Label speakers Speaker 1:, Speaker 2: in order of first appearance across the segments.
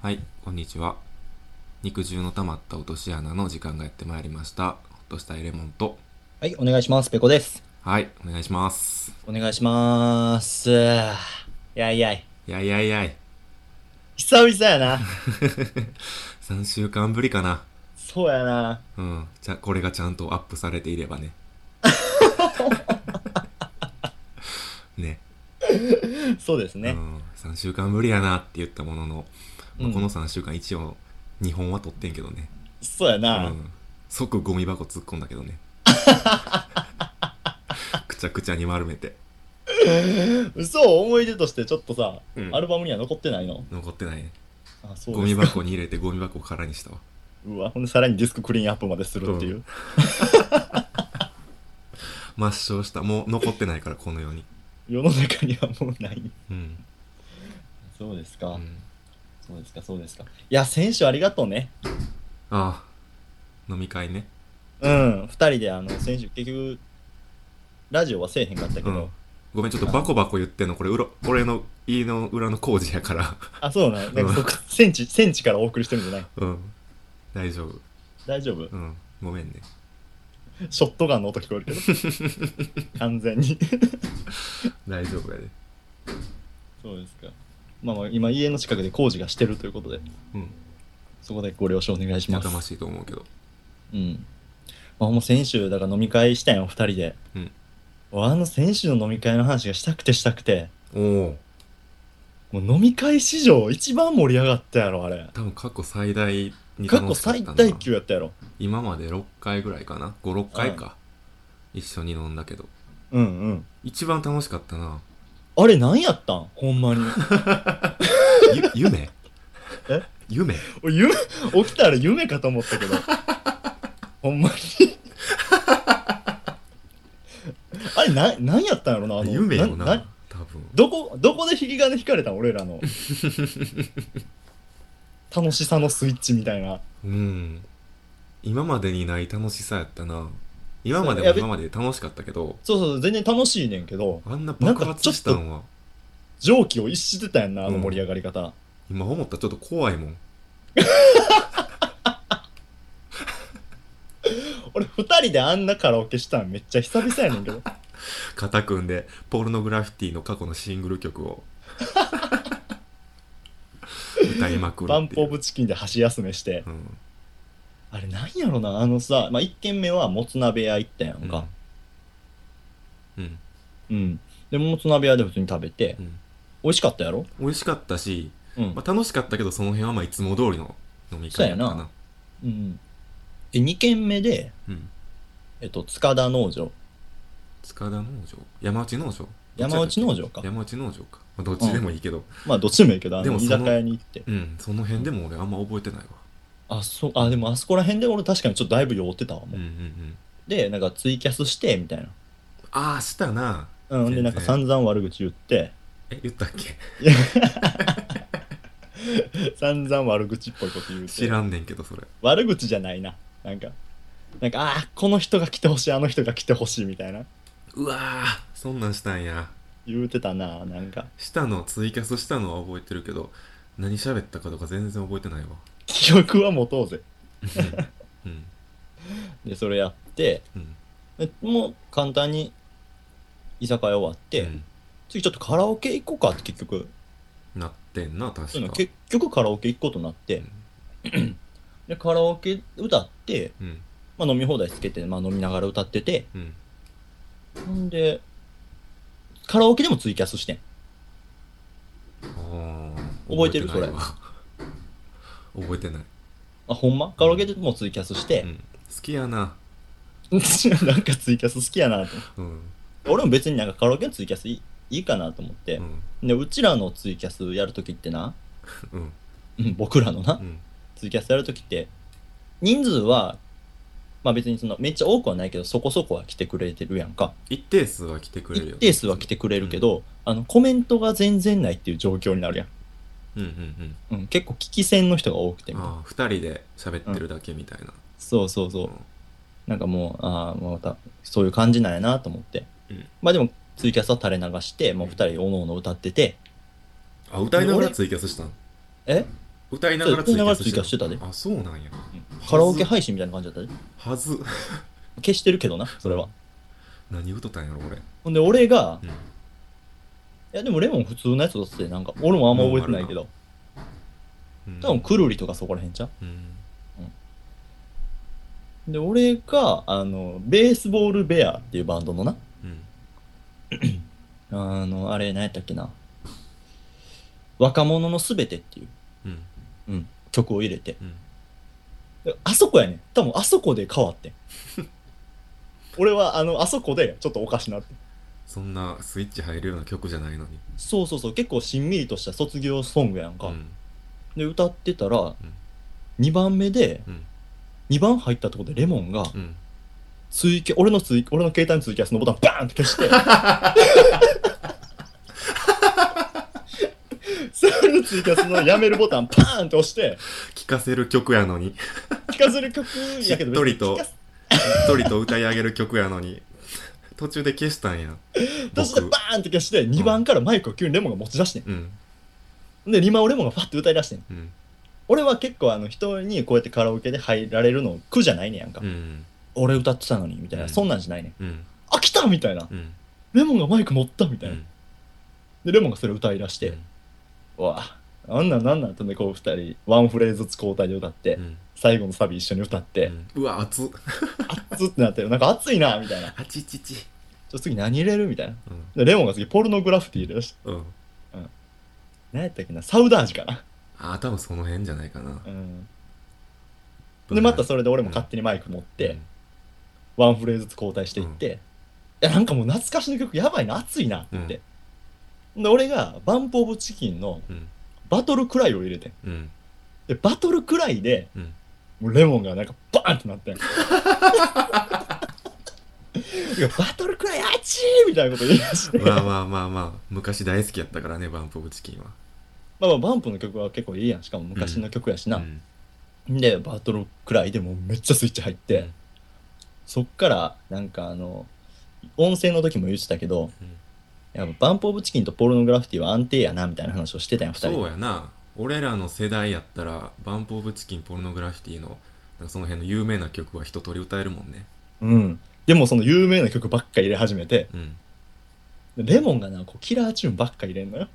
Speaker 1: はい、こんにちは。肉汁の溜まった落とし穴の時間がやってまいりました。ほっとしたエレモンと。
Speaker 2: はい、お願いします。ペコです。
Speaker 1: はい、お願いします。
Speaker 2: お願いします。やいやい。
Speaker 1: いやいやいやい。
Speaker 2: 久々や な。
Speaker 1: 3週間ぶりかな。
Speaker 2: そうやな。
Speaker 1: うん。じゃ、これがちゃんとアップされていれ ばね。ね。
Speaker 2: そうですね
Speaker 1: う。ん。3週間ぶりやなって言ったものの、まあ
Speaker 2: うん
Speaker 1: この3週間一応2本は撮ってんけどね。
Speaker 2: そうやな。
Speaker 1: うん。即ゴミ箱突っ込んだけ どね。くちゃくちゃに丸めて。
Speaker 2: 嘘を思い出としてちょっとさ、
Speaker 1: うん
Speaker 2: アルバムには残ってないの
Speaker 1: 残ってないね。
Speaker 2: あ、そう
Speaker 1: ゴ
Speaker 2: で
Speaker 1: ミ
Speaker 2: すか。
Speaker 1: 箱に入れてゴミ箱を空にしたわ。
Speaker 2: うわ、ほんでさらにディスククリーンアップまでするっていう。
Speaker 1: 抹消した。もう残ってないから、この世に。
Speaker 2: 世の中にはもうない。
Speaker 1: うん。
Speaker 2: そうですか。
Speaker 1: うん、
Speaker 2: そうですか、そうですか。いや、選手ありがとうね。
Speaker 1: ああ、飲み会ね。
Speaker 2: うん、二人であの、選手結局、ラジオはせえへんかったけど、
Speaker 1: うんごめん、ちょっとバコバコ言ってんの、これ、うろ俺の家の裏の工事やから。
Speaker 2: あ、そうなんなんかそこ、センチ、センチからお送りしてるんじゃない
Speaker 1: うん。大丈夫。
Speaker 2: 大丈夫
Speaker 1: うん。ごめんね。
Speaker 2: ショットガンの音聞こえるけど 完全に
Speaker 1: 大丈夫やで。
Speaker 2: そうですかまあまあ今家の近くで工事がしてるということで
Speaker 1: うん。
Speaker 2: そこでご了承お願いし
Speaker 1: や
Speaker 2: ま
Speaker 1: かますしいと思うけど。
Speaker 2: うんまあもう先週だから飲み会したんよ2人で
Speaker 1: うん
Speaker 2: あの先週の飲み会の話がしたくてしたくて
Speaker 1: おお。
Speaker 2: もう飲み会史上一番盛り上がったやろあれ
Speaker 1: 多分過去最大に
Speaker 2: 過
Speaker 1: 楽
Speaker 2: 去
Speaker 1: しかった
Speaker 2: 最
Speaker 1: な
Speaker 2: 大級やったやろ
Speaker 1: 今まで6回ぐらいかな。5、6回か。一緒に飲んだけど。
Speaker 2: うんうん
Speaker 1: 一番楽しかった な。
Speaker 2: あれ何やったんほんまに
Speaker 1: ゆ夢
Speaker 2: え
Speaker 1: 夢
Speaker 2: 俺夢起きたら夢かと思ったけ どほんまにあれな何やったんやろなあの
Speaker 1: 夢よ
Speaker 2: な
Speaker 1: な
Speaker 2: な
Speaker 1: 多分
Speaker 2: どこどこで引き金引かれたん俺らの楽しさのスイッチみたいな
Speaker 1: うん今までにない楽しさやったな今まで
Speaker 2: いや
Speaker 1: も
Speaker 2: べ
Speaker 1: 今までで楽しかったけど
Speaker 2: そうそう全然楽しいねんけど
Speaker 1: あんな爆発したんは
Speaker 2: 蒸気を逸してたやんなあの盛り上がり方、
Speaker 1: 今思ったらちょっと怖いもん
Speaker 2: 俺2人であんなカラオケしたんめっちゃ久々やねんけ ど
Speaker 1: 肩組んでポルノグラフィティの過去のシングル曲 を歌いまくる
Speaker 2: バン
Speaker 1: って
Speaker 2: プ
Speaker 1: い
Speaker 2: オ
Speaker 1: う
Speaker 2: ブチキンで箸休めして
Speaker 1: うん
Speaker 2: あれなんやろなあのさ、まあ、1軒目はもつ鍋屋行ったやんか、
Speaker 1: うん
Speaker 2: うん。で、もつ鍋屋で普通に食べて、
Speaker 1: うん
Speaker 2: 美味しかったやろ
Speaker 1: 美味しかったし、
Speaker 2: うん
Speaker 1: ま。あ、楽しかったけどその辺はまあいつも通りの飲み会やった
Speaker 2: そう
Speaker 1: な
Speaker 2: やなうん。で、2軒目で、
Speaker 1: うん
Speaker 2: えっと、塚田農場。
Speaker 1: 塚田農場山内農場
Speaker 2: 山内農場か
Speaker 1: 山内農場か、まあ、どっちでもいいけど
Speaker 2: まあ、どっちでもいいけど、あ
Speaker 1: で
Speaker 2: の、
Speaker 1: も
Speaker 2: 居
Speaker 1: その
Speaker 2: 酒屋に行って。
Speaker 1: うん、その辺でも俺あんま覚えてないわ
Speaker 2: あ、そう、あ、でもあそこら辺で俺確かにちょっとだいぶ酔ってたわ、
Speaker 1: うん
Speaker 2: も
Speaker 1: う
Speaker 2: うん
Speaker 1: うん
Speaker 2: で、なんかツイキャスして、みたいな。
Speaker 1: ああしたな
Speaker 2: うん。で、なんか散々悪口言って、
Speaker 1: え言ったっけ
Speaker 2: 散々悪口っぽいこと言うて。
Speaker 1: 知らんねんけどそれ
Speaker 2: 悪口じゃないな。なんか、なんか、ああ、この人が来てほしい、あの人が来てほしい、みたいな。
Speaker 1: うわーそんなんしたんや
Speaker 2: 言うてたな、なんか。
Speaker 1: したのツイキャスしたのは覚えてるけど何喋ったかとか全然覚えてないわ
Speaker 2: 記憶は持とうぜ。
Speaker 1: うん
Speaker 2: で、それやって、
Speaker 1: うん
Speaker 2: えもう簡単に居酒屋終わって、
Speaker 1: うん
Speaker 2: 次ちょっとカラオケ行こうかって結局
Speaker 1: なってんな
Speaker 2: そういう
Speaker 1: 確
Speaker 2: の
Speaker 1: か
Speaker 2: 結局カラオケ行くことになって、でカラオケ歌って、
Speaker 1: うん
Speaker 2: まあ、飲み放題つけて、まあ、飲みながら歌ってて
Speaker 1: うん
Speaker 2: ほんでカラオケでもツイキャスしてん
Speaker 1: あー
Speaker 2: 覚えてる
Speaker 1: ないわ覚えてない、
Speaker 2: あほんまカラオケでもツイキャスして
Speaker 1: う、ん、好きやな
Speaker 2: なんかツイキャス好きやなと思って
Speaker 1: うん
Speaker 2: 俺も別になんかカラオケのツイキャスいいいいかなと思って
Speaker 1: う、ん
Speaker 2: でうちらのツイキャスやるときってな、
Speaker 1: うん
Speaker 2: うん、僕らのな
Speaker 1: うん
Speaker 2: ツイキャスやるときって、人数は、まあ別にその、めっちゃ多くはないけど、そこそこは来てくれてるやんか。
Speaker 1: 一定数は来てくれるよ
Speaker 2: 一定数は来てくれるけど、あの、コメントが全然ないっていう状況になるやん。
Speaker 1: うんうんうん
Speaker 2: うん、結構聞き戦の人が多くてみたいな
Speaker 1: ああ2人で喋ってるだけみたいな、
Speaker 2: そうそうそう。なんかもう、ああ、また、そういう感じなんやなと思って。
Speaker 1: うん
Speaker 2: まあでも、ツイキャスは垂れ流して、もう二人おのおの歌ってて、
Speaker 1: あ歌いながらツイキャスしたん
Speaker 2: え
Speaker 1: 歌いながら
Speaker 2: そう歌いながら追加してたで
Speaker 1: あそうなんや
Speaker 2: カラオケ配信みたいな感じだったで
Speaker 1: はず
Speaker 2: 消してるけどなそれは
Speaker 1: 何歌ったんやろ俺
Speaker 2: ほんで俺が、
Speaker 1: うん
Speaker 2: いやでもレモン普通のやつだってなんか俺もあんま覚えてないけど
Speaker 1: うん
Speaker 2: 多分くるりとかそこらへんちゃ
Speaker 1: うん
Speaker 2: うで俺があのベースボールベアっていうバンドのな
Speaker 1: うん
Speaker 2: あのあれ何やったっけな若者のすべてっていう、
Speaker 1: うん
Speaker 2: うん、曲を入れて
Speaker 1: うん
Speaker 2: であそこやねん多分あそこで変わって ん俺はあのあそこでちょっとおかしなって
Speaker 1: そんなスイッチ入るような曲じゃないのに
Speaker 2: そうそうそう結構しんみりとした卒業ソングやんか、
Speaker 1: うん
Speaker 2: で歌ってたら、二2番目で
Speaker 1: うん
Speaker 2: 2番入ったところでレモンが
Speaker 1: うん
Speaker 2: ツイキャ俺のツイ俺の携帯のツイキャスのボタンバーンって 消してそれのツイキャスのやめるボタンパーンって押して
Speaker 1: 聴かせる曲やのに
Speaker 2: 聞かせる曲やけど
Speaker 1: しっとりと
Speaker 2: 聞かせ
Speaker 1: 一人と歌い上げる曲やのに途中で消したん や
Speaker 2: そしてバーンって消して2番からマイクを急にレモンが持ち出して
Speaker 1: うん
Speaker 2: んで2番をレモンがファッて歌い出してん
Speaker 1: うん
Speaker 2: 俺は結構あの人にこうやってカラオケで入られるの苦じゃないねやんか、
Speaker 1: うん
Speaker 2: 俺歌ってたのにみたいな、
Speaker 1: うん
Speaker 2: そんなんじゃないねん
Speaker 1: うん
Speaker 2: あ来たみたいな
Speaker 1: うん
Speaker 2: レモンがマイク持ったみた
Speaker 1: う
Speaker 2: いな、
Speaker 1: ん
Speaker 2: でレモンがそれを歌い出して、うわあんなんなんなんとねこう二人ワンフレーズずつ交代で歌って、
Speaker 1: うん
Speaker 2: 最後のサビ一緒に歌って、
Speaker 1: うんうわ熱っ
Speaker 2: 熱ってなってるなんか熱いなみたいなちょ
Speaker 1: あちちち
Speaker 2: っと次何入れるみたいな
Speaker 1: うん
Speaker 2: でレモンが次ポルノグラフィティ入れだし
Speaker 1: うん
Speaker 2: 何やったっけなサウダージかな、
Speaker 1: あ多分その辺じゃないかな
Speaker 2: うん、でまたそれで俺も勝手にマイク持って、ワンフレーズずつ交代していって、いやなんかもう懐かしの曲やばいな熱いなって言って、で俺がバンプ・オブ・チキンの
Speaker 1: うん
Speaker 2: バトルクライを入れてん
Speaker 1: うん
Speaker 2: でバトルクライで、
Speaker 1: うん
Speaker 2: もうレモンがなんかバーンってな ってんいやバトルクライあっちーみたいなこと言い出して
Speaker 1: まあまあまあまあ 昔大好きやったからねバンプ・オブ・チキンは
Speaker 2: まあまあバンプの曲は結構いいやんしかも昔の曲やしな、
Speaker 1: うん
Speaker 2: でバトルくらいでもうめっちゃスイッチ入って、
Speaker 1: うん
Speaker 2: そっからなんかあの音声の時も言ってたけど、
Speaker 1: うん
Speaker 2: やっぱバンプ・オブ・チキンとポルノグラフィティは安定やなみたいな話をしてたやん2人
Speaker 1: そうやな俺らの世代やったらバンプ・オブ・チキンポルノグラフィティのなんかその辺の有名な曲は一通り歌えるもんね
Speaker 2: うん、でもその有名な曲ばっか入れ始めて
Speaker 1: うん
Speaker 2: レモンがなこうキラーチューンばっか入れんのよ、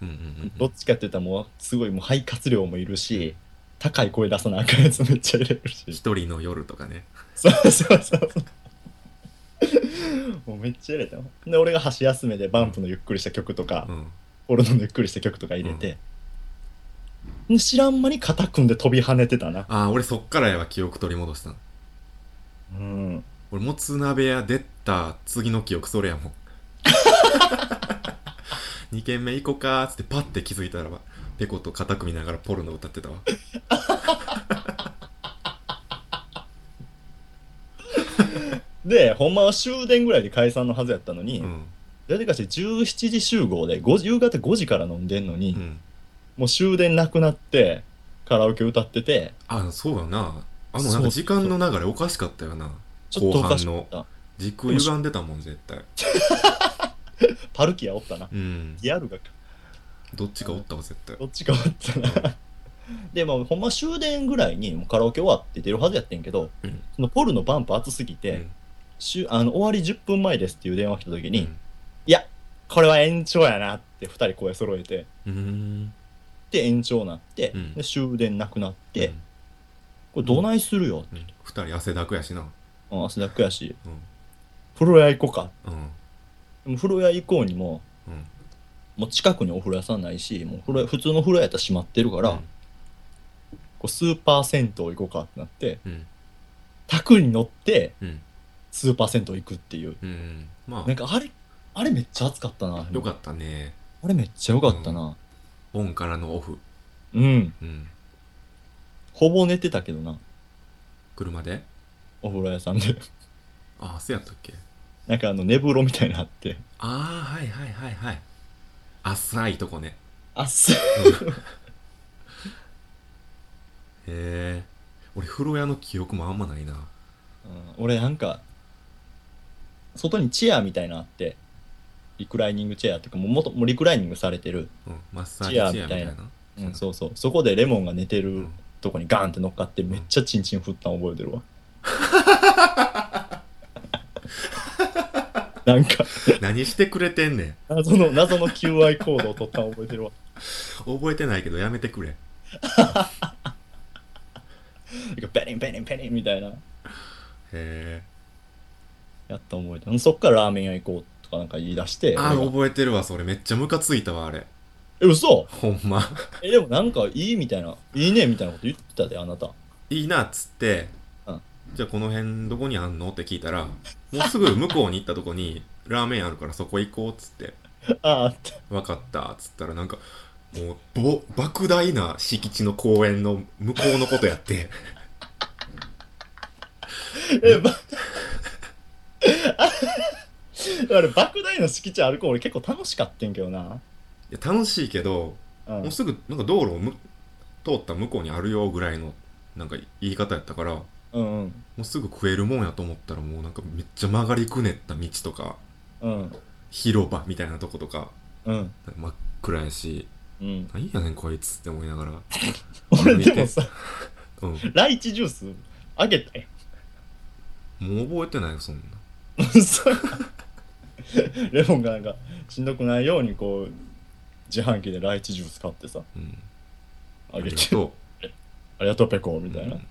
Speaker 1: うんうんうんう
Speaker 2: ど
Speaker 1: ん
Speaker 2: っちかって言ったらもうすごいもう肺活量もいるし高い声出さなあかんやつめっちゃ入れる し
Speaker 1: 一人の夜とかね
Speaker 2: そうそうそう。もうめっちゃ入れたよで、俺が箸休めでバンプのゆっくりした曲とか
Speaker 1: う、ん
Speaker 2: 俺のゆっくりした曲とか入れて、で知らん間に肩組んで飛び跳ねてたな。
Speaker 1: ああ俺そっからやわ記憶取り戻したの
Speaker 2: うん。
Speaker 1: 俺もつ鍋屋出た次の記憶それやもん2軒目行こうかーっつってパッて気づいたらばペコと肩組みながらポルノ歌ってたわ
Speaker 2: で、ほんまは終電ぐらいで解散のはずやったの
Speaker 1: う
Speaker 2: に、
Speaker 1: ん
Speaker 2: なぜかして17時集合で5時夕方5時から飲んでんのに、
Speaker 1: うん
Speaker 2: もう終電なくなって、カラオケ歌ってて、
Speaker 1: あそうやなあのな
Speaker 2: そうん
Speaker 1: か時間の流れおかしかったよな
Speaker 2: ちょっとおかし
Speaker 1: 後
Speaker 2: か
Speaker 1: 半
Speaker 2: った。
Speaker 1: 軸歪んでたもん絶対
Speaker 2: パルキアおったな。
Speaker 1: うん
Speaker 2: リアルがか
Speaker 1: どっちかおったわ絶対
Speaker 2: どっちか終わったな。で、まあ、ほんま終電ぐらいにもうカラオケ終わって出るはずやってんけど、
Speaker 1: うん
Speaker 2: そのポルのバンプ熱すぎて、
Speaker 1: うん
Speaker 2: しゅあの終わり10分前ですっていう電話来た時
Speaker 1: う
Speaker 2: に、
Speaker 1: ん
Speaker 2: いや、これは延長やなって2人声揃えて、
Speaker 1: うーん
Speaker 2: で、延長なって、
Speaker 1: うん
Speaker 2: で終電なくなって、
Speaker 1: うん
Speaker 2: これどないするよ、
Speaker 1: うん二人汗だくやしな
Speaker 2: うん、汗だくやし、
Speaker 1: うん
Speaker 2: 風呂屋行こうか。
Speaker 1: うん
Speaker 2: でも風呂屋行こうにも、
Speaker 1: うん
Speaker 2: もう近くにお風呂屋さんないし、もう風呂屋普通の風呂屋やったら閉まってるから、
Speaker 1: うん
Speaker 2: こうスーパー銭湯行こうかってなって、
Speaker 1: うん
Speaker 2: タクに乗って、
Speaker 1: うん
Speaker 2: スーパー銭湯行くっていう。
Speaker 1: うんうんま
Speaker 2: なんかあれ、あれめっちゃ暑かったな
Speaker 1: あ。よかったね
Speaker 2: あれめっちゃ良かったな。
Speaker 1: オンからのオフ
Speaker 2: うん。
Speaker 1: うん
Speaker 2: ほぼ寝てたけどな、
Speaker 1: 車で
Speaker 2: お風呂屋さんで。
Speaker 1: ああそうやったっけ
Speaker 2: なんかあの寝風呂みたいなのあって。
Speaker 1: ああはいはいはいはい浅いとこね
Speaker 2: あっす。
Speaker 1: へえ俺風呂屋の記憶もあんまないな
Speaker 2: うん俺なんか、外にチェアみたいなのあって、リクライニングチェアっていうか、もう元もうリクライニングされてる。
Speaker 1: うんマッサージ
Speaker 2: チェア
Speaker 1: チェアみたいな
Speaker 2: みうん、そうそうそこでレモンが寝て
Speaker 1: う
Speaker 2: る
Speaker 1: ん
Speaker 2: とこにガンって乗っかってめっちゃチンチン振ったん覚えてる わなんか
Speaker 1: 何してくれてんねん
Speaker 2: 謎の謎の QI コードを取ったん覚えてるわ
Speaker 1: 覚えてないけどやめてくれ
Speaker 2: なんかペリンペリンペリンみたいな
Speaker 1: へ
Speaker 2: やった覚えてるそっからラーメン屋行こうとかなんか言い出して
Speaker 1: えああ
Speaker 2: 俺が
Speaker 1: 覚えてるわそれめっちゃムカついたわあれ
Speaker 2: え嘘
Speaker 1: ほんま
Speaker 2: えでもなんかいいみたいないいねみたいなこと言ってたであなた
Speaker 1: いいなっつって、
Speaker 2: うん
Speaker 1: じゃあこの辺どこにあんのって聞いたらもうすぐ向こうに行ったとこにラーメンあるからそこ行こうっつって
Speaker 2: ああって
Speaker 1: 分かったっつったらなんかもうぼ莫大な敷地の公園の向こうのことやって
Speaker 2: えば あれ莫大な敷地歩くの俺結構楽しかったんけどな、
Speaker 1: いや楽しいけど
Speaker 2: うん
Speaker 1: もうすぐなんか道路をむ通った向こうにあるよぐらいのなんか言い方やったからも
Speaker 2: うんうん
Speaker 1: うすぐ食えるもんやと思ったらもうなんかめっちゃ曲がりくねった道とか
Speaker 2: うん
Speaker 1: 広場みたいなとことか
Speaker 2: うん
Speaker 1: なんか真っ暗やし
Speaker 2: うん
Speaker 1: 何やねんこいつって思いながら
Speaker 2: 俺でもさ
Speaker 1: うん、も
Speaker 2: ライチジュースあげたよ
Speaker 1: う覚えてないよそんな
Speaker 2: そうレモンがなんかしんどくないようにこう自販機でライチジュース買ってさ
Speaker 1: うん
Speaker 2: あ
Speaker 1: り
Speaker 2: げ
Speaker 1: が
Speaker 2: て
Speaker 1: と
Speaker 2: ありがとうペコみ
Speaker 1: う
Speaker 2: たい
Speaker 1: う
Speaker 2: な、
Speaker 1: ん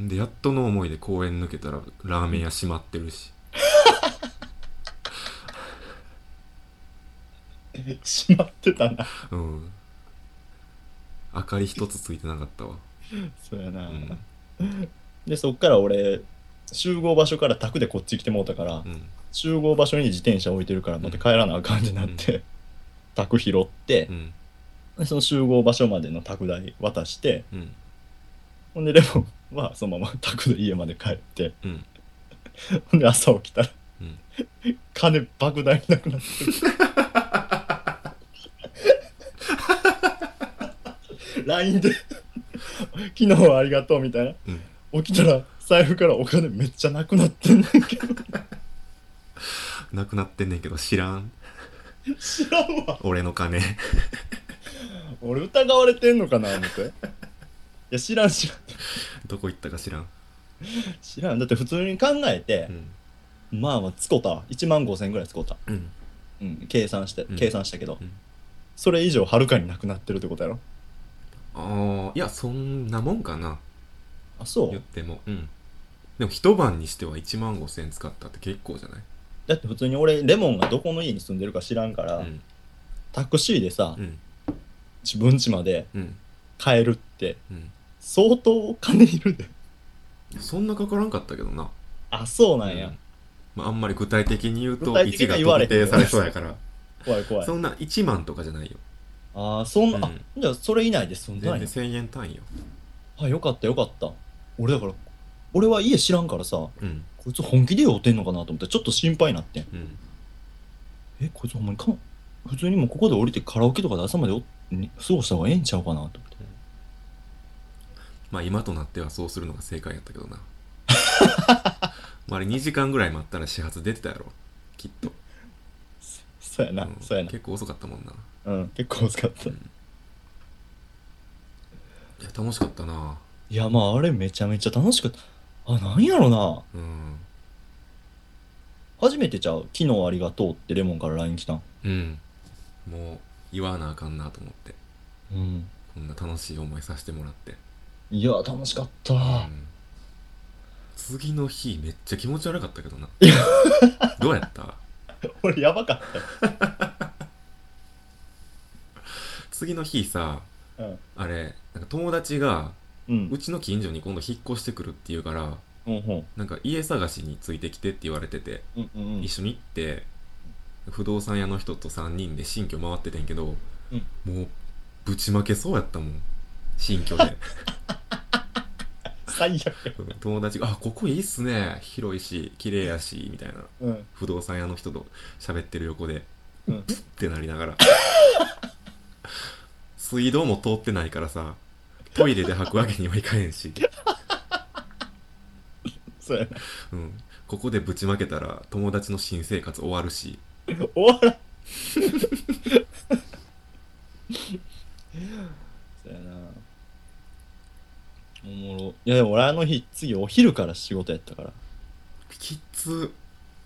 Speaker 1: でやっとの思いで公園抜けたらラーメン屋閉まってるし
Speaker 2: しまってたな
Speaker 1: うん明かり一つついてなかったわ
Speaker 2: そうや
Speaker 1: う
Speaker 2: な、
Speaker 1: ん
Speaker 2: でそっから俺集合場所から宅でこっち来てもうたから、
Speaker 1: うん
Speaker 2: 集合場所に自転車置いてるからまた帰らなあかんってなって、宅拾って
Speaker 1: う、ん
Speaker 2: でその集合場所までの宅代渡して
Speaker 1: うん
Speaker 2: ほんでレモンはそ のまま宅で家まで帰って
Speaker 1: うん
Speaker 2: ほんで朝起きたら、
Speaker 1: うん
Speaker 2: 金莫大になくなってる LINE で「昨日はありがとう」みたいな
Speaker 1: うん
Speaker 2: 起きたら財布からお金めっちゃなくなってんねんけど
Speaker 1: なくなってんねんけど知らん
Speaker 2: 知らんわ
Speaker 1: 俺の金
Speaker 2: 俺疑われてんのかな思っていや知らん知らん
Speaker 1: どこ行ったか知らん
Speaker 2: 知らんだって普通に考えて
Speaker 1: う、ん
Speaker 2: まあまあつこた1万5000ぐらいつこた、
Speaker 1: うん
Speaker 2: うん、計算して、
Speaker 1: うん
Speaker 2: 計算したけど、
Speaker 1: うん
Speaker 2: それ以上はるかになくなってるってことやろ
Speaker 1: ああいやそんなもんかな
Speaker 2: あそ
Speaker 1: 言っ
Speaker 2: う
Speaker 1: てもうんでも一晩にしては1万5千円使ったって結構じゃない
Speaker 2: だって普通に俺レモンがどこの家に住んでるか知らんから、
Speaker 1: うん
Speaker 2: タクシーでさ、
Speaker 1: うん
Speaker 2: 自分家まで
Speaker 1: うん
Speaker 2: 帰るって
Speaker 1: うん
Speaker 2: 相当金いるで
Speaker 1: そんなかからんかったけどな
Speaker 2: あそうなんや、
Speaker 1: うんまあ、あんまり具体的に言うと
Speaker 2: 具体的
Speaker 1: 1
Speaker 2: に
Speaker 1: が
Speaker 2: は言われ
Speaker 1: 特
Speaker 2: へんよ
Speaker 1: 定されそうやから
Speaker 2: 怖い怖い
Speaker 1: そんな1万とかじゃないよ
Speaker 2: あーそんな、あ
Speaker 1: うん
Speaker 2: じゃあそれ以内で済ん
Speaker 1: 全
Speaker 2: だ
Speaker 1: 然
Speaker 2: んや
Speaker 1: 1000円単位よ
Speaker 2: あよかったよかった俺だから俺は家知らんからさ、
Speaker 1: うん
Speaker 2: こいつ本気で酔ってんのかなと思ってちょっと心配になってん
Speaker 1: うん
Speaker 2: えこいつほんまにかも普通にもうここで降りてカラオケとかで朝までおに過ごした方がええんちゃうかなと思って
Speaker 1: まあ今となってはそうするのが正解やったけど なまああれ2時間ぐらい待ったら始発出てたやろきっと、
Speaker 2: そうやな、
Speaker 1: うん
Speaker 2: そうやな
Speaker 1: 結構遅かったもんな、
Speaker 2: うん結構遅かった
Speaker 1: うん、いや楽しかったない
Speaker 2: やまああれめちゃめちゃ楽しかったあなんやろな
Speaker 1: うん
Speaker 2: 初めてちゃう昨日ありがとうってレモンから LINE 来たん
Speaker 1: うんもう言わなあかんなと思って
Speaker 2: うん
Speaker 1: こんな楽しい思いさせてもらって
Speaker 2: いや楽しかった、
Speaker 1: うん次の日めっちゃ気持ち悪かったけどな どうやった
Speaker 2: 俺やばかったよ
Speaker 1: 次の日さ
Speaker 2: うん
Speaker 1: あれなんか友達が
Speaker 2: うん
Speaker 1: うちの近所に今度引っ越してくるっていうから
Speaker 2: うんうん
Speaker 1: なんか家探しについてきてって言われてて、
Speaker 2: うんうん
Speaker 1: 一緒に行って不動産屋の人と3人で新居回っててんけど、
Speaker 2: うん
Speaker 1: もうぶちまけそうやったもん新居で
Speaker 2: 最悪
Speaker 1: うん友達が「あここいいっすね広いし綺麗やし」みたいな
Speaker 2: うん
Speaker 1: 不動産屋の人と喋ってる横で、
Speaker 2: うん
Speaker 1: ブッてなりながら 水道も通ってないからさトイレで吐くわけにはいかへんし、
Speaker 2: そうやな
Speaker 1: うん、ここでぶちまけたら友達の新生活終わるし
Speaker 2: 終わらんいやでも俺あの日次お昼から仕事やったから
Speaker 1: きっつ、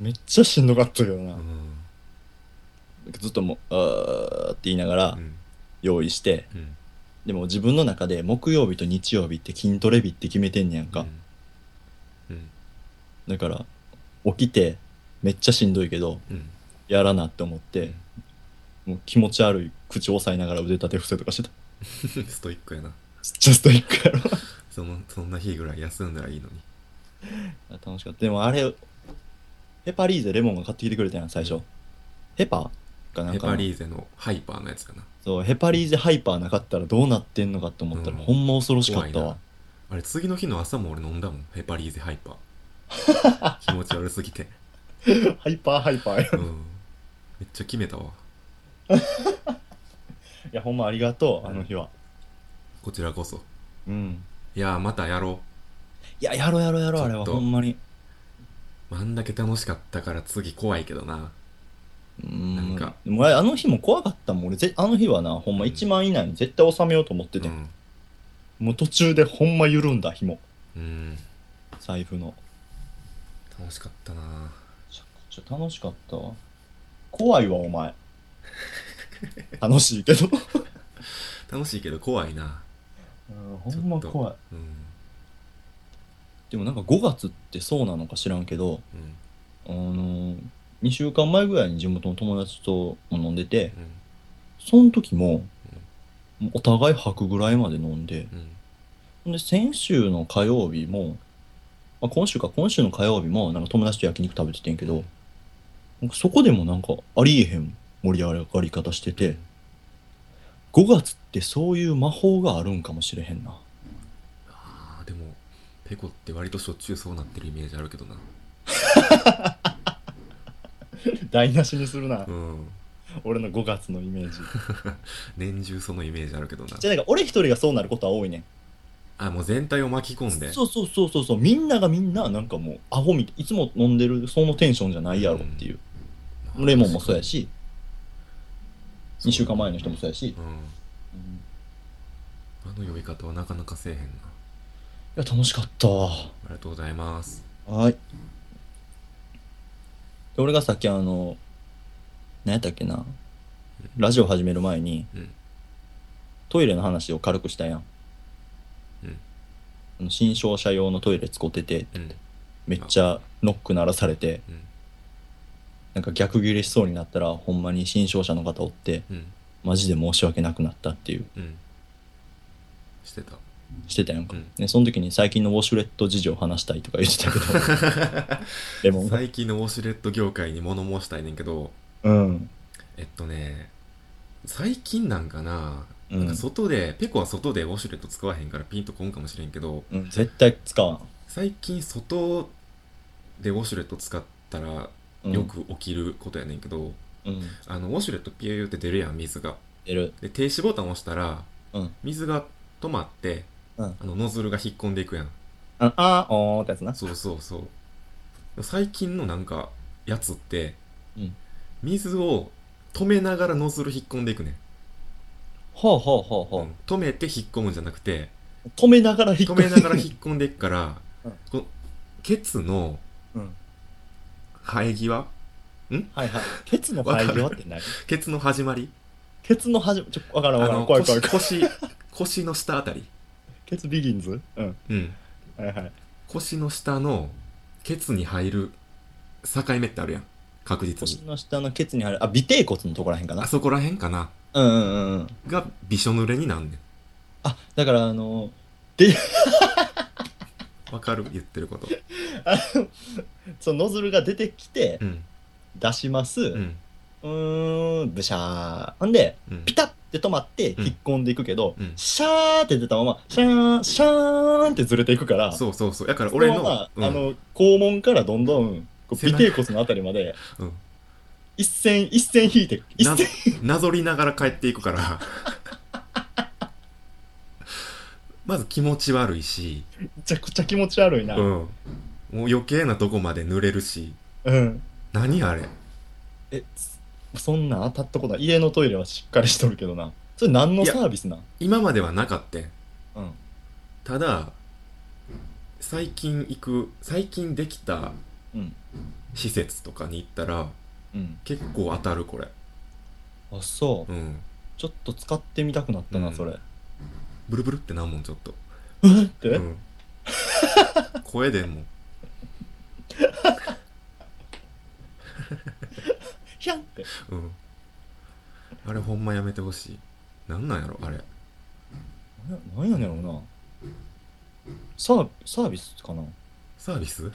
Speaker 2: めっちゃしんどかったけどな、
Speaker 1: うん
Speaker 2: ずっともう「あー」って言いながら
Speaker 1: うん
Speaker 2: 用意して、
Speaker 1: うん、
Speaker 2: でも自分の中で木曜日と日曜日って筋トレ日って決めてんねやんか、
Speaker 1: うん
Speaker 2: だから起きてめっちゃしんどいけど
Speaker 1: うん
Speaker 2: やらなって思って、もう気持ち悪い口を押さえながら腕立て伏せとかしてた
Speaker 1: うん ストイックやな
Speaker 2: ジャスト一個やろ
Speaker 1: そのそんな日ぐらい休んだらいいのに
Speaker 2: 楽しかったでもあれヘパリーゼレモンが買ってきてくれたやん最初、ヘパかなん
Speaker 1: ヘ
Speaker 2: か
Speaker 1: パリーゼのハイパーのやつかな
Speaker 2: そうヘパリーゼハイパーなかったらどうなってんのかと思ったら、
Speaker 1: うん
Speaker 2: ほんま恐ろしか
Speaker 1: 怖
Speaker 2: っ
Speaker 1: い
Speaker 2: たわ
Speaker 1: なあれ次の日の朝も俺飲んだもんヘパリーゼハイパ ー気持ち悪すぎて、
Speaker 2: ハイパーハイパーや
Speaker 1: うん、めっちゃ決めたわ
Speaker 2: いやほんまありがとう
Speaker 1: うん
Speaker 2: あの日は
Speaker 1: こちらこそ
Speaker 2: うん、
Speaker 1: いやーまたやろ
Speaker 2: いややろうやろうやろうあれは
Speaker 1: ちょっ
Speaker 2: ほ
Speaker 1: と
Speaker 2: んまに
Speaker 1: うあんだけ楽しかったから次怖いけどな
Speaker 2: うん
Speaker 1: なんか
Speaker 2: でもあれあの日も怖かったもん俺ぜあの日はなほんま
Speaker 1: うん
Speaker 2: 1万以内に絶対収めようと思って
Speaker 1: う
Speaker 2: て、
Speaker 1: ん、
Speaker 2: もう途中でほんま緩んだ紐
Speaker 1: うん、
Speaker 2: 財布の
Speaker 1: 楽しかったな
Speaker 2: めちゃくちゃ楽しかったわ怖いわお 前楽しいけど
Speaker 1: 楽しいけど怖いな
Speaker 2: うんほんま怖い
Speaker 1: うん
Speaker 2: でもなんか5月ってそうなのか知らんけど
Speaker 1: うん
Speaker 2: あのー、2週間前ぐらいに地元の友達と飲んでてその時ももうお互い吐くぐらいまで飲んで
Speaker 1: うんうん
Speaker 2: で先週の火曜日も、あ、今週か今週の火曜日もなんか友達と焼肉食べててんけど、
Speaker 1: うん
Speaker 2: なんかそこでもなんかありえへん盛り上がり方してて5月ってそういう魔法があるんかもしれへんな
Speaker 1: あーでもペコって割としょっちゅうそうなってるイメージあるけどな
Speaker 2: 台無しにするな
Speaker 1: うん
Speaker 2: 俺の5月のイメージ
Speaker 1: 年中そのイメージあるけどな
Speaker 2: じゃあなんか俺一人がそうなることは多いね
Speaker 1: あもう全体を巻き込んで
Speaker 2: そうそうそうそうそうみんながみんななんかもうアホみたいいつも飲んでるそのテンションじゃないやろっていう、レモンもそうやし2週間前の人もそうやし
Speaker 1: う、ん
Speaker 2: うん
Speaker 1: あの呼び方はなかなかせえへんない
Speaker 2: や、楽しかったわ。
Speaker 1: ありがとうございます
Speaker 2: はい。で、俺がさっきあの、何やったっけな、ラジオ始める前に、
Speaker 1: うん
Speaker 2: トイレの話を軽くしたやん。
Speaker 1: うん
Speaker 2: あの新商社用のトイレ使ってて、
Speaker 1: うん
Speaker 2: めっちゃノック鳴らされて、
Speaker 1: うん
Speaker 2: なんか逆ギレしそうになったら、ほんまに新商社の方おって、
Speaker 1: うん
Speaker 2: マジで申し訳なくなったっていう、
Speaker 1: うんしてた
Speaker 2: してたやん か。
Speaker 1: うん
Speaker 2: ね、その時に最近のウォシュレット事情話したいとか言って たけど、レモンが。
Speaker 1: 最近のウォシュレット業界に物申したいねんけど
Speaker 2: うん。
Speaker 1: えっとね最近なんかな,、
Speaker 2: うん
Speaker 1: なんか外でペコは外でウォシュレット使わへんからピンとこんかもしれんけど
Speaker 2: うん、絶対使わん。
Speaker 1: 最近外でウォシュレット使ったら
Speaker 2: うん
Speaker 1: よ。く起きることやねんけど、
Speaker 2: うん。
Speaker 1: あのウォシュレットピューユーって出るやん水が
Speaker 2: 出る。
Speaker 1: で停止ボタン押したら
Speaker 2: うん。
Speaker 1: 水が止まって、
Speaker 2: うん
Speaker 1: あのノズルが引っ込んでいくやん
Speaker 2: あ、あー、おーってやつな。
Speaker 1: そうそうそう最近のなんかやつって、
Speaker 2: うん
Speaker 1: 水を止めながらノズル引っ込んでいくねん、
Speaker 2: ほうほうほうほ
Speaker 1: うん止めて引っ込むんじゃなくて
Speaker 2: う。止めながら引っ
Speaker 1: 止めながら引っ込んでいくから、
Speaker 2: うん
Speaker 1: このケツの
Speaker 2: うん。
Speaker 1: 生え際
Speaker 2: はいはい。ケツの生え際って何
Speaker 1: ケツの始まり
Speaker 2: ケツの始ま、ちょ、わからんわからん。怖い怖い
Speaker 1: 腰
Speaker 2: 怖い。
Speaker 1: 腰腰の下あたり、
Speaker 2: ケツビギンズうん。
Speaker 1: うん、
Speaker 2: はいはい。
Speaker 1: 腰の下のケツに入る境目ってあるやん確実
Speaker 2: 腰
Speaker 1: に
Speaker 2: の下のケツに入る、あ、尾てい骨のとこらへんか
Speaker 1: あ
Speaker 2: な。
Speaker 1: そこらへんかな
Speaker 2: うんうんうんうん。
Speaker 1: がびしょ濡れになんね
Speaker 2: あ、だからあの
Speaker 1: んわかる言ってること
Speaker 2: ー、そのノズルが出てきて、
Speaker 1: うん
Speaker 2: 出します。
Speaker 1: う
Speaker 2: うんーん、ブシャー。ほんで、
Speaker 1: うん
Speaker 2: ピタッて止まって引っ込んでいくけど、
Speaker 1: うん
Speaker 2: シャーって出たまま、シャーン、シャーンってずれていくから、
Speaker 1: そうそうそうだから
Speaker 2: 俺
Speaker 1: 俺の
Speaker 2: のま
Speaker 1: うん
Speaker 2: ああの肛門からどんどんこう
Speaker 1: 背
Speaker 2: 尾
Speaker 1: 中
Speaker 2: てい骨のあたりまで
Speaker 1: うん
Speaker 2: 一線一線引いて一
Speaker 1: な
Speaker 2: 線
Speaker 1: なぞりながら帰っていくからまず気持ち悪いし、
Speaker 2: めちゃくちゃ気持ち悪いな
Speaker 1: うん、もう余計なとこまで濡れるし
Speaker 2: うん
Speaker 1: 何あれ
Speaker 2: えつそんなん当たったことない家のトイレはしっかりしとるけどなそれ何のサービスなん
Speaker 1: 今まではなかった
Speaker 2: うん
Speaker 1: ただ最近行く最近できた
Speaker 2: うん
Speaker 1: 施設とかに行ったら
Speaker 2: うん
Speaker 1: 結構当たるこれ
Speaker 2: あそう
Speaker 1: うん
Speaker 2: ちょっと使ってみたくなったな、
Speaker 1: うん
Speaker 2: それ
Speaker 1: ブルブルってなんもんちょっと、
Speaker 2: えって、
Speaker 1: うん 声でもん
Speaker 2: ひゃんって
Speaker 1: うんあれほんまやめてほしいなんなんやろあれ
Speaker 2: なんやなんやろうなサーサービスかな
Speaker 1: サービス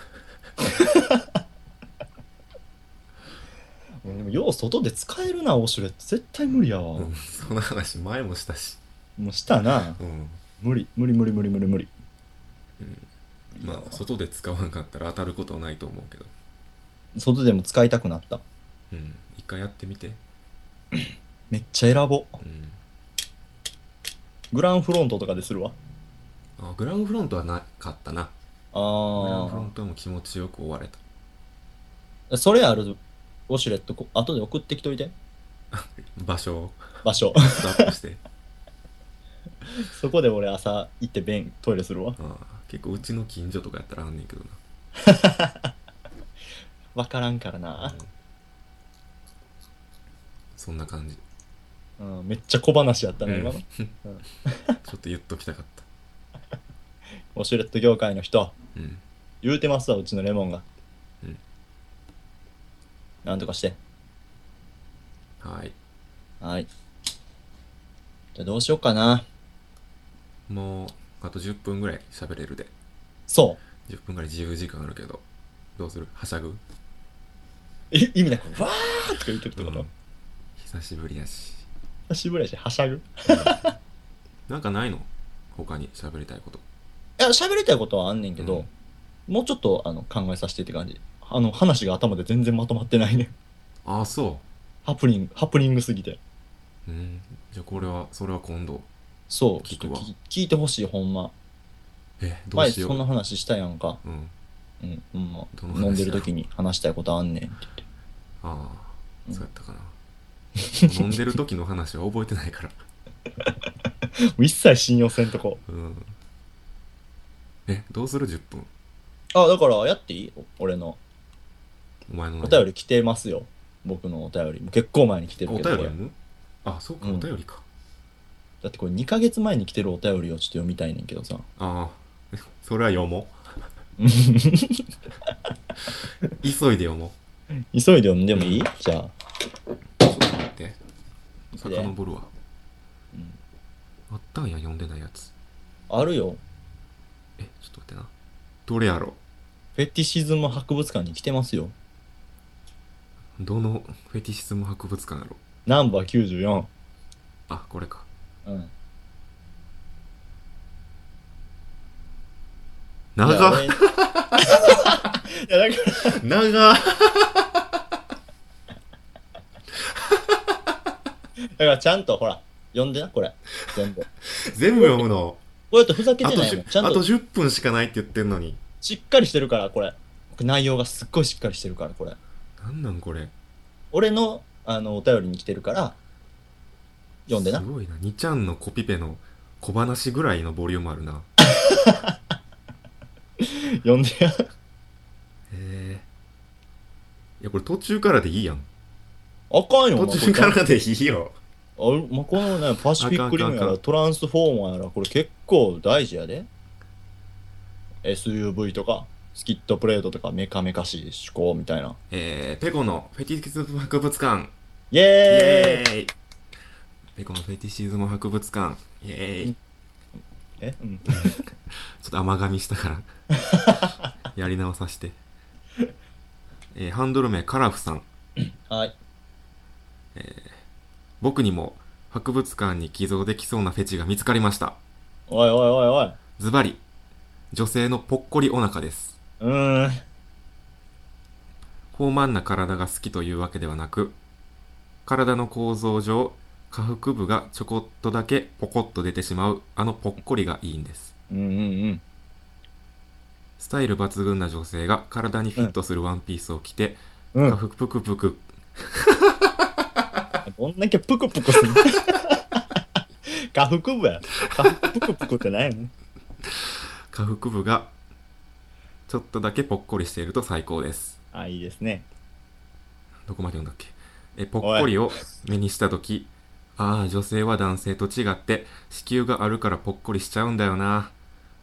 Speaker 2: 俺でもよう外で使えるなオシュレット絶対無理やわ、
Speaker 1: うんその話前もしたし
Speaker 2: もうしたな
Speaker 1: うん
Speaker 2: 無理無理無理無理無理無理
Speaker 1: まあ外で使わんかったら当たることはないと思うけど
Speaker 2: 外でも使いたくなった
Speaker 1: うん一回やってみて
Speaker 2: めっちゃ選ぼう
Speaker 1: うん
Speaker 2: グランフロントとかでするわ
Speaker 1: あグランフロントはなかったなグランフロ
Speaker 2: あ
Speaker 1: ントも気持ちよく終われた
Speaker 2: あそれあるウォシュレットこ後で送ってきといて
Speaker 1: 場所を
Speaker 2: 場所
Speaker 1: スタップして
Speaker 2: そこで俺朝行って便トイレするわ
Speaker 1: ああ結構うちの近所とかやったらあんねんけど
Speaker 2: 分からんから
Speaker 1: な、
Speaker 2: な、
Speaker 1: うんそんな感じち
Speaker 2: うんめっちゃ小話やったね、
Speaker 1: うん
Speaker 2: 今
Speaker 1: ょ
Speaker 2: の
Speaker 1: っと言っときたかった
Speaker 2: ウォシュレット業界の人
Speaker 1: うん
Speaker 2: 言うてますわうちのレモンが、
Speaker 1: うん
Speaker 2: なんとかして
Speaker 1: はい
Speaker 2: はいじゃあどうしようかな
Speaker 1: もうあと10分ぐらい喋れるで
Speaker 2: そう
Speaker 1: 10分ぐらい自由時間あるけどどうするはしゃぐ
Speaker 2: え意味なくわーとか言ってるってこと、
Speaker 1: うん久しぶりやし
Speaker 2: 久しぶりやしはしゃぐい
Speaker 1: なんかないの他に喋りたいこと
Speaker 2: や喋りたいことはあんねんけど、もうちょっとあの考えさせてって感じあの話が頭で全然まとまってないね
Speaker 1: ああそ
Speaker 2: ハプニングハプニングすぎて
Speaker 1: ううんじゃあこれはそれは今度
Speaker 2: そう
Speaker 1: 聞くわ
Speaker 2: ちょっと聞聞いてほしいほんま
Speaker 1: えどう
Speaker 2: 前
Speaker 1: しよ
Speaker 2: そん
Speaker 1: う
Speaker 2: な話したやんか、
Speaker 1: うん
Speaker 2: うんほんま
Speaker 1: どの話や
Speaker 2: 飲んでる時に話したいことあんねんって言って
Speaker 1: ああ、
Speaker 2: うん
Speaker 1: そうやったかな 飲んでる時の話は覚えてないから
Speaker 2: もう一切信用せんとこ
Speaker 1: うんえどうする10分
Speaker 2: あだからやっていいお俺の
Speaker 1: お前の
Speaker 2: お便
Speaker 1: り
Speaker 2: り来てますよ僕のお便りもう結構前に来て
Speaker 1: お
Speaker 2: る
Speaker 1: 便
Speaker 2: け
Speaker 1: り
Speaker 2: どこれ
Speaker 1: 読むあそうか、
Speaker 2: うん
Speaker 1: お便りか
Speaker 2: だってこれ2ヶ月前に来てるお便りをちょっと読みたいねんけどさ
Speaker 1: あ あそれは読 もう急いで読も
Speaker 2: 急いで読んでもいい、じゃあ、
Speaker 1: うちょっと待って
Speaker 2: いいで
Speaker 1: 遡るわ
Speaker 2: うん
Speaker 1: あったんや読んでないやつ
Speaker 2: あるよ
Speaker 1: えちょっと待ってなどれやろ
Speaker 2: フェティシズム博物館に来てますよ
Speaker 1: どのフェティシズム博物館やろ
Speaker 2: ナンバー94
Speaker 1: あこれか
Speaker 2: うん
Speaker 1: 長
Speaker 2: いや俺
Speaker 1: っ
Speaker 2: いやだから
Speaker 1: 長っ
Speaker 2: だからちゃんとほら読んでなこれ全部こ
Speaker 1: 全部読むの
Speaker 2: うやってふざけ
Speaker 1: あ
Speaker 2: て
Speaker 1: と
Speaker 2: ない
Speaker 1: じ
Speaker 2: もん
Speaker 1: ゅ
Speaker 2: ちゃん
Speaker 1: あと
Speaker 2: と
Speaker 1: 10分しかないって言ってんのに
Speaker 2: しっかりしてるからこれ僕内容がすっごいしっかりしてるからこれ
Speaker 1: なんなんこれ
Speaker 2: 俺のあのお便りに来てるから読んでな
Speaker 1: すごいな2ちゃんのコピペの小話ぐらいのボリュームあるな
Speaker 2: 読んでや
Speaker 1: へえいやこれ途中からでいいやん
Speaker 2: あかんよ
Speaker 1: 途
Speaker 2: お前
Speaker 1: 中からでいいよ
Speaker 2: あれまあ、このね、パシフィックリムや、
Speaker 1: あかんあかんあからん
Speaker 2: トランスフォーマーやら、これ結構大事やで。SUV とか、スキットプレートとか、メカメカしい趣向みたいな。
Speaker 1: えー、ペコのフェティシズム博物館
Speaker 2: イ
Speaker 1: イ
Speaker 2: エ
Speaker 1: エーイペコのフェティシズム博物館イエーイ
Speaker 2: ーイえ、うん、
Speaker 1: ちょっと甘噛みしたから やり直させて、えーハンドル名カラフさん
Speaker 2: はい。
Speaker 1: 僕にも博物館に寄贈できそうなフェチが見つかりました
Speaker 2: おいおいおいおい。
Speaker 1: ズバリ女性のぽっこりお腹です
Speaker 2: うーん。
Speaker 1: 豊満な体が好きというわけではなく体の構造上下腹部がちょこっとだけポコッと出てしまうあのぽっこりがいいんです
Speaker 2: うんうん
Speaker 1: スタイル抜群な女性が体にフィットするワンピースを着て、
Speaker 2: うん。う
Speaker 1: 下
Speaker 2: ん。
Speaker 1: 腹ぷくぷく
Speaker 2: どんだけプクプク する下腹部や。下腹プクプクってないの
Speaker 1: 下腹部がちょっとだけぽっこりしていると最高です
Speaker 2: あ、いいですね。
Speaker 1: どこまで読んだっけえぽっこりを目にした時ああ女性は男性と違って子宮があるからぽっこりしちゃうんだよな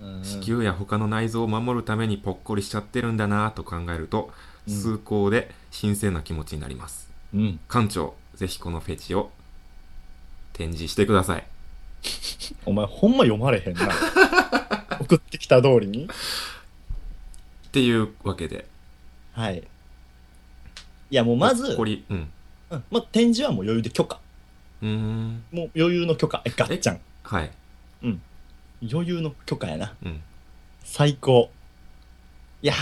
Speaker 2: うん
Speaker 1: 子宮や他の内臓を守るためにぽっこりしちゃってるんだなと考えると
Speaker 2: うん
Speaker 1: 崇高で神聖な気持ちになります、
Speaker 2: うん。
Speaker 1: 館長ぜひこのフェチを展示してください
Speaker 2: お前、ほんま読まれへんな。送ってきた通りに。
Speaker 1: っていうわけで
Speaker 2: はい。いや、もうまず、
Speaker 1: ぽっこりうん
Speaker 2: うんまあ、展示はもう余裕で許可。
Speaker 1: うーん
Speaker 2: もう余裕の許可。え、ガッチャン。
Speaker 1: はい
Speaker 2: 余裕の許可やな。
Speaker 1: うん
Speaker 2: 最高。いや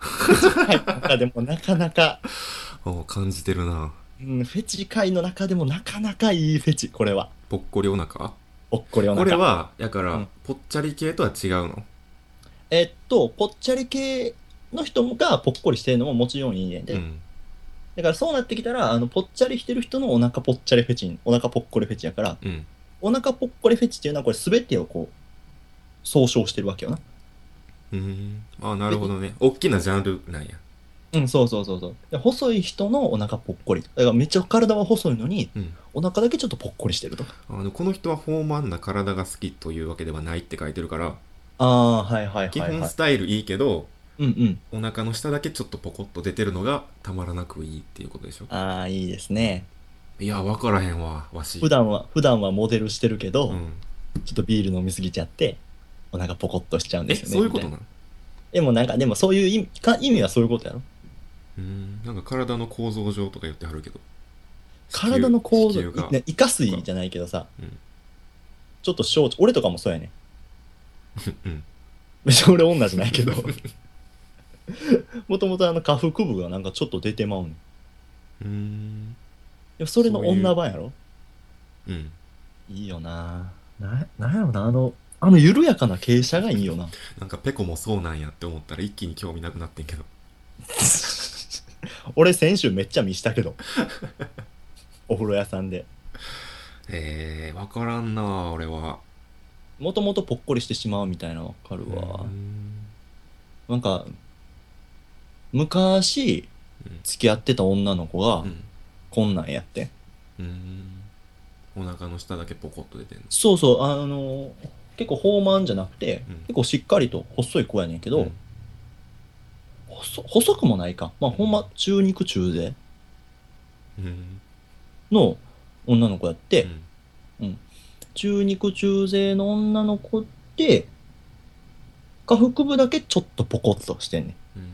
Speaker 2: ー。フェチ界の中でもなかなか、
Speaker 1: おー感じてるな
Speaker 2: うん、フェチ界の中でもなかなかいいフェチ、これは。
Speaker 1: ぽっこりお腹
Speaker 2: ぽっこりお
Speaker 1: こ
Speaker 2: 腹。
Speaker 1: れはやから、
Speaker 2: うん
Speaker 1: ぽっちゃり系とは違うの
Speaker 2: えっと、ぽっちゃり系の人がぽっこりしてるのももちろんいいねんで。
Speaker 1: うん
Speaker 2: だからそうなってきたら、あの、ぽっちゃりしてる人のお腹ぽっちゃりフェチン、お腹ぽっこりフェチやから、
Speaker 1: うん
Speaker 2: お腹ぽっこりフェチっていうのはこれ全てをこう、総称してるわけよな。
Speaker 1: うーんあなるほどね大きなジャンルなんや
Speaker 2: うん、そうそうそうそうで。細い人のお腹ぽっこり。だからめっちゃ体は細いのに、
Speaker 1: うん
Speaker 2: お腹だけちょっとぽっこりしてるとか。
Speaker 1: あのこの人は豊満な体が好きというわけではないって書いてるから
Speaker 2: ああー、はいはい
Speaker 1: 基
Speaker 2: はい、
Speaker 1: 本
Speaker 2: はい
Speaker 1: ス。タイルいいけど、
Speaker 2: うんうん。
Speaker 1: お腹の下だけちょっとポコッと出てるのがたまらなくいいっていうことでしょ
Speaker 2: ああ、いいですね。
Speaker 1: いや分からへんわわし
Speaker 2: 普段は、普段はモデルしてるけど、
Speaker 1: うん、
Speaker 2: ちょっとビール飲みすぎちゃって、お腹ポコッとしちゃうん
Speaker 1: え
Speaker 2: ですよね。
Speaker 1: そういうこと
Speaker 2: みた
Speaker 1: ない
Speaker 2: な
Speaker 1: の
Speaker 2: でもなんか、でもそういう意味か意味はそういうことやろ。
Speaker 1: うーんなんか体の構造上とか言ってはるけど
Speaker 2: 体の構造
Speaker 1: 子宮が、
Speaker 2: ね、イカ水じゃないけどさ、
Speaker 1: うん
Speaker 2: ちょっと小腸俺とかもそうやね
Speaker 1: うん
Speaker 2: 別に俺女じゃないけど もともとあの下腹部がなんかちょっと出てまうねん
Speaker 1: うーん
Speaker 2: でもそれの
Speaker 1: そういう
Speaker 2: 女版やろ
Speaker 1: うん
Speaker 2: いいよなななんやろなあのあの緩やかな傾斜がいいよな
Speaker 1: なんかペコもそうなんやって思ったら一気に興味なくなってんけど
Speaker 2: 俺先週めっちゃ見したけどお風呂屋さんで
Speaker 1: えー、分からんな俺は
Speaker 2: もともとぽっこりしてしまうみたいなのわかるわ
Speaker 1: ーん
Speaker 2: なんか昔
Speaker 1: うん
Speaker 2: 付き合ってた女の子が
Speaker 1: うん
Speaker 2: こんなんやって
Speaker 1: うーんお腹の下だけポコッと出てんの
Speaker 2: そうそう、あの、結構豊満じゃなくて、
Speaker 1: うん
Speaker 2: 結構しっかりと細い子やねんけど、
Speaker 1: ん
Speaker 2: 細細くもないか。まあ、ほんま中肉中背
Speaker 1: うん
Speaker 2: の女の子やって、
Speaker 1: うん
Speaker 2: 中肉中背の女の子って、下腹部だけちょっとポコッとしてんねん。
Speaker 1: うん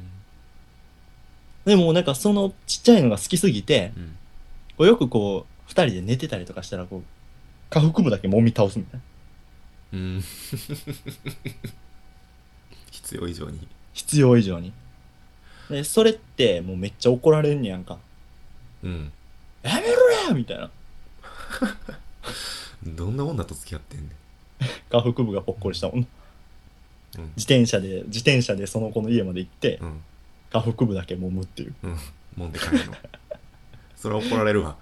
Speaker 2: でもなんかそのちっちゃいのが好きすぎて、
Speaker 1: うん
Speaker 2: こうよくこう、二人で寝てたりとかしたら、こう、下腹部だけ揉み倒すみたいな。
Speaker 1: うん 必要以上に
Speaker 2: 必要以上に。で、それってもうめっちゃ怒られんねやんか。
Speaker 1: うん
Speaker 2: やめろやみたいな。
Speaker 1: どんな女と付き合ってんねん
Speaker 2: 下腹部がぽっこりした女自
Speaker 1: うん
Speaker 2: 転車で自転車でその子の家まで行って
Speaker 1: うん
Speaker 2: 下腹部だけ揉むっていう
Speaker 1: うんもんで帰るのそれは怒られるわ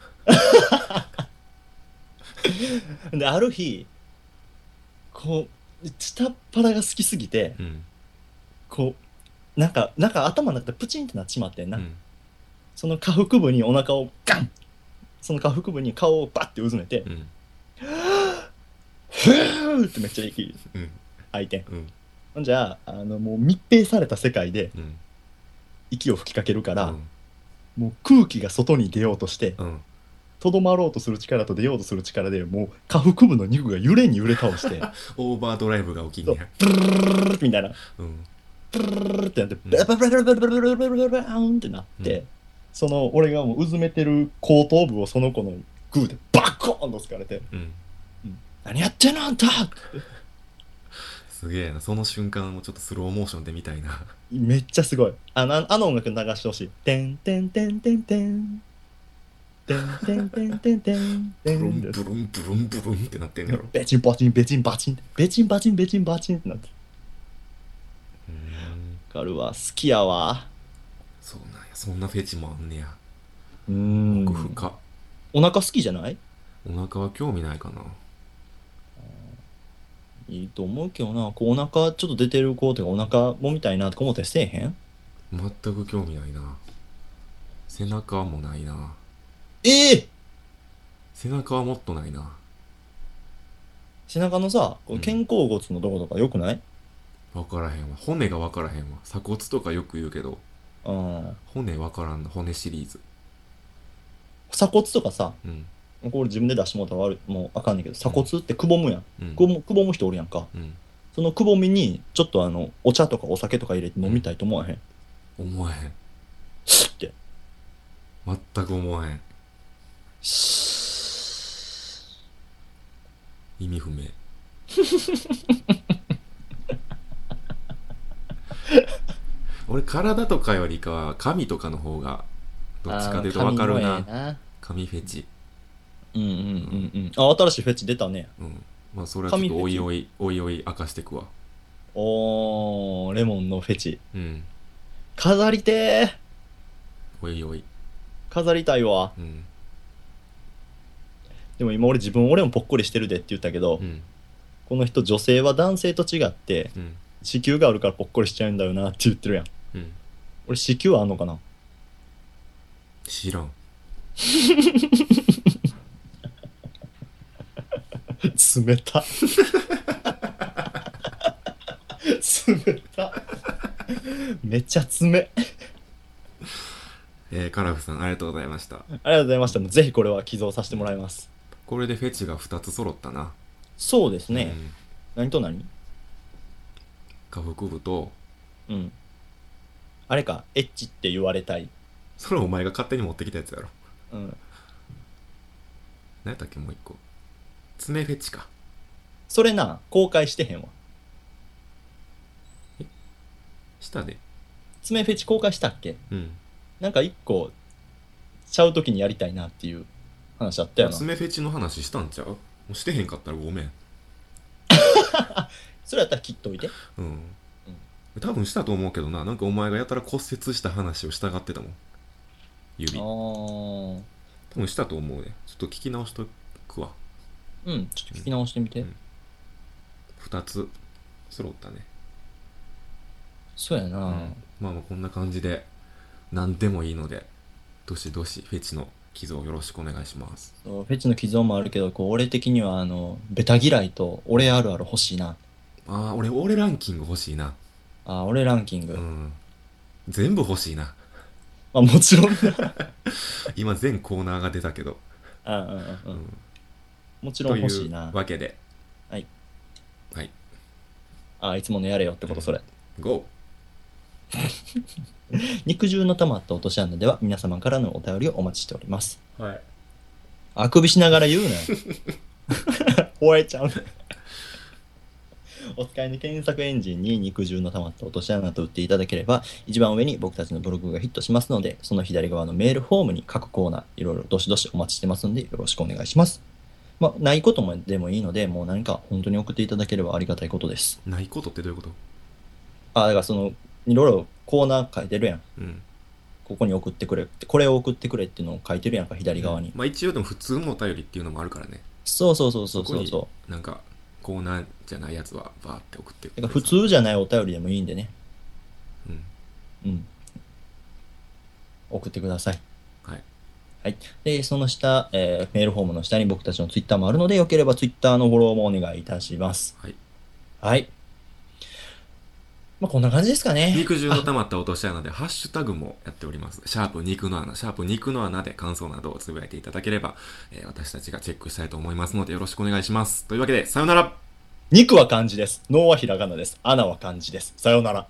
Speaker 2: である日こう下っ腹が好きすぎて
Speaker 1: うん
Speaker 2: こうなんかなんか頭の中でプチンってなっちまって
Speaker 1: う
Speaker 2: んな、
Speaker 1: ん
Speaker 2: その下腹部にお腹をガンその下腹部に顔をバッてうずめて
Speaker 1: うん
Speaker 2: 「ふー!」ってめっちゃ息
Speaker 1: うん
Speaker 2: 吐いてん
Speaker 1: うん
Speaker 2: ほんじゃああのもう密閉された世界で
Speaker 1: うん
Speaker 2: 息を吹きかけるから、
Speaker 1: うん
Speaker 2: もう空気が外に出ようとして
Speaker 1: うん
Speaker 2: とどまろうとする力と出ようとする力でもう下腹部の肉が揺れに揺れ倒して
Speaker 1: オーバードライブが起きんねや
Speaker 2: ブルルルルルルみたいな
Speaker 1: うん
Speaker 2: ブルルルルルってなってブルブルブルブルブルブルブルブルーンってなって、
Speaker 1: うん
Speaker 2: その俺がもううずめてる後頭部をその子のグーでバコーンと突かれて
Speaker 1: うん
Speaker 2: 「何やってんのあんた!」
Speaker 1: すげえなその瞬間をちょっとスローモーションで見たいな
Speaker 2: めっちゃすごいあのあの音楽流してほしい「てんてんてんてんてん」てんてんてんてんてん
Speaker 1: ブ
Speaker 2: て
Speaker 1: ルン
Speaker 2: ん
Speaker 1: ブ
Speaker 2: です
Speaker 1: ルンブルンブルンってなってんやろ
Speaker 2: ベチンバチンベチンバチンってベチンバチンベチンバチンってなって
Speaker 1: うん
Speaker 2: わかるわ好きやわ
Speaker 1: そうなんやそんなフェチもあんねや
Speaker 2: うん
Speaker 1: 奥深
Speaker 2: お腹好きじゃない
Speaker 1: お腹は興味ないかな
Speaker 2: いいと思うけどな、こうお腹ちょっと出てる子とかお腹もみたいなとか思ったりせえへん
Speaker 1: 全く興味ないな背中もないな
Speaker 2: ええ
Speaker 1: 背中はもっとないな
Speaker 2: 背中のさ、こう肩甲骨のとことかよくない、
Speaker 1: 分からへんわ骨が分からへんわ鎖骨とかよく言うけど
Speaker 2: うん、
Speaker 1: 骨分からんの骨シリーズ
Speaker 2: 鎖骨とかさ、
Speaker 1: うん
Speaker 2: これ自分で出してもらったら悪いもうあかんねんけど、鎖骨ってくぼむやん。
Speaker 1: うん
Speaker 2: くぼむくぼむ人おるやんか。
Speaker 1: うん
Speaker 2: そのくぼみに、ちょっとあの、お茶とかお酒とか入れて飲みたいと思わへん。
Speaker 1: 思わへん
Speaker 2: シュッて。
Speaker 1: 全く思わへん
Speaker 2: シ
Speaker 1: 意味不明俺体とかよりかは髪とかの方がど
Speaker 2: ュッ
Speaker 1: っちかというと分かるな
Speaker 2: な。
Speaker 1: 髪フェチ
Speaker 2: うんうんうんうん。あ、新しいフェチ出たね。
Speaker 1: うんまあそれはちょっとおいおいおいおい明かしてくわ
Speaker 2: おー、レモンのフェチ。
Speaker 1: うん
Speaker 2: 飾りてー
Speaker 1: おいおい
Speaker 2: 飾りたいわ。
Speaker 1: うん
Speaker 2: でも今俺自分俺もぽっこりしてるでって言ったけど、
Speaker 1: うん
Speaker 2: この人女性は男性と違って
Speaker 1: うん
Speaker 2: 子宮があるからぽっこりしちゃうんだよなって言ってるやん。
Speaker 1: うん
Speaker 2: 俺子宮あんのかな
Speaker 1: 知らん
Speaker 2: 冷た冷ためっちゃ冷
Speaker 1: えー、カラフさんありがとうございました
Speaker 2: ありがとうございましたもうぜひこれは寄贈させてもらいます
Speaker 1: これでフェチが2つ揃ったな
Speaker 2: そうですね、
Speaker 1: うん
Speaker 2: 何と何
Speaker 1: 下腹部と
Speaker 2: うんあれかエッチって言われたい
Speaker 1: それお前が勝手に持ってきたやつやろ
Speaker 2: うん
Speaker 1: 何やったっけもう一個爪フェチか
Speaker 2: それな公開してへんわ
Speaker 1: 舌で
Speaker 2: 爪フェチ公開したっけ
Speaker 1: うん
Speaker 2: なんか一個ちゃう時にやりたいなっていう話あったよな
Speaker 1: 爪フェチの話したんちゃうもうしてへんかったらごめん
Speaker 2: それやったら切っといて
Speaker 1: うん、多分したと思うけどななんかお前がやたら骨折した話をしたがってたもん指
Speaker 2: あ
Speaker 1: 多
Speaker 2: ー
Speaker 1: 分したと思うねちょっと聞き直しとくわ
Speaker 2: うんちょっと聞き直してみて、
Speaker 1: うん2つ揃ったね
Speaker 2: そうやな、
Speaker 1: うんまあまあこんな感じで何でもいいのでどしどしフェチの寄贈よろしくお願いします
Speaker 2: そうフェチの寄贈もあるけどこう俺的にはあのベタ嫌いと俺あるある欲しいな
Speaker 1: あー俺俺ランキング欲しいな
Speaker 2: あー俺ランキング、
Speaker 1: うん全部欲しいな
Speaker 2: まあもち ろんな
Speaker 1: 今全コーナーが出たけど、
Speaker 2: うんうんう
Speaker 1: うん
Speaker 2: うん
Speaker 1: ん、
Speaker 2: もちろ
Speaker 1: と
Speaker 2: ん
Speaker 1: い
Speaker 2: 欲しいうな
Speaker 1: わけで
Speaker 2: はい
Speaker 1: はい
Speaker 2: あーいつものやれよってことそれ、
Speaker 1: GO!
Speaker 2: 肉汁の溜まった落とし穴では皆様からのお便りをお待ちしております
Speaker 1: はい
Speaker 2: あくびしながら言うなよ 吠えちゃうねお使いの検索エンジンに肉汁の溜まった落とし穴と打っていただければ一番上に僕たちのブログがヒットしますのでその左側のメールフォームに各コーナーいろいろどしどしお待ちしてますんでよろしくお願いしますまあないこともでもいいのでもう何か本当に送っていただければありがたいことです
Speaker 1: ないことってどういうこと
Speaker 2: あだからそのいろいろコーナー書いてるやん
Speaker 1: うん
Speaker 2: ここに送ってくれってこれを送ってくれっていうのを書いてるやんか左側に、
Speaker 1: まあ一応でも普通のお便りっていうのもあるからね
Speaker 2: そうそうそうそうそう
Speaker 1: そ
Speaker 2: そう
Speaker 1: なんかコーナーじゃないやつはバーって送ってく
Speaker 2: だ
Speaker 1: だ
Speaker 2: か
Speaker 1: さ
Speaker 2: ら
Speaker 1: い
Speaker 2: 普、通じゃないお便りでもいいんでね。
Speaker 1: うん、
Speaker 2: うん。送ってください。
Speaker 1: はい
Speaker 2: はい。で、その下、えーメールフォームの下に僕たちのツイッターもあるので、よければツイッターのフォローもお願いいたします。
Speaker 1: はい
Speaker 2: はい。まあ、こんな感じですかね。
Speaker 1: 肉汁の溜まった落とし穴でハッシュタグもやっておりますシャープ肉の穴シャープ肉の穴で感想などをつぶやいていただければ、えー私たちがチェックしたいと思いますのでよろしくお願いしますというわけでさよなら
Speaker 2: 肉は漢字です。脳はひらがなです。穴は漢字です。さようなら。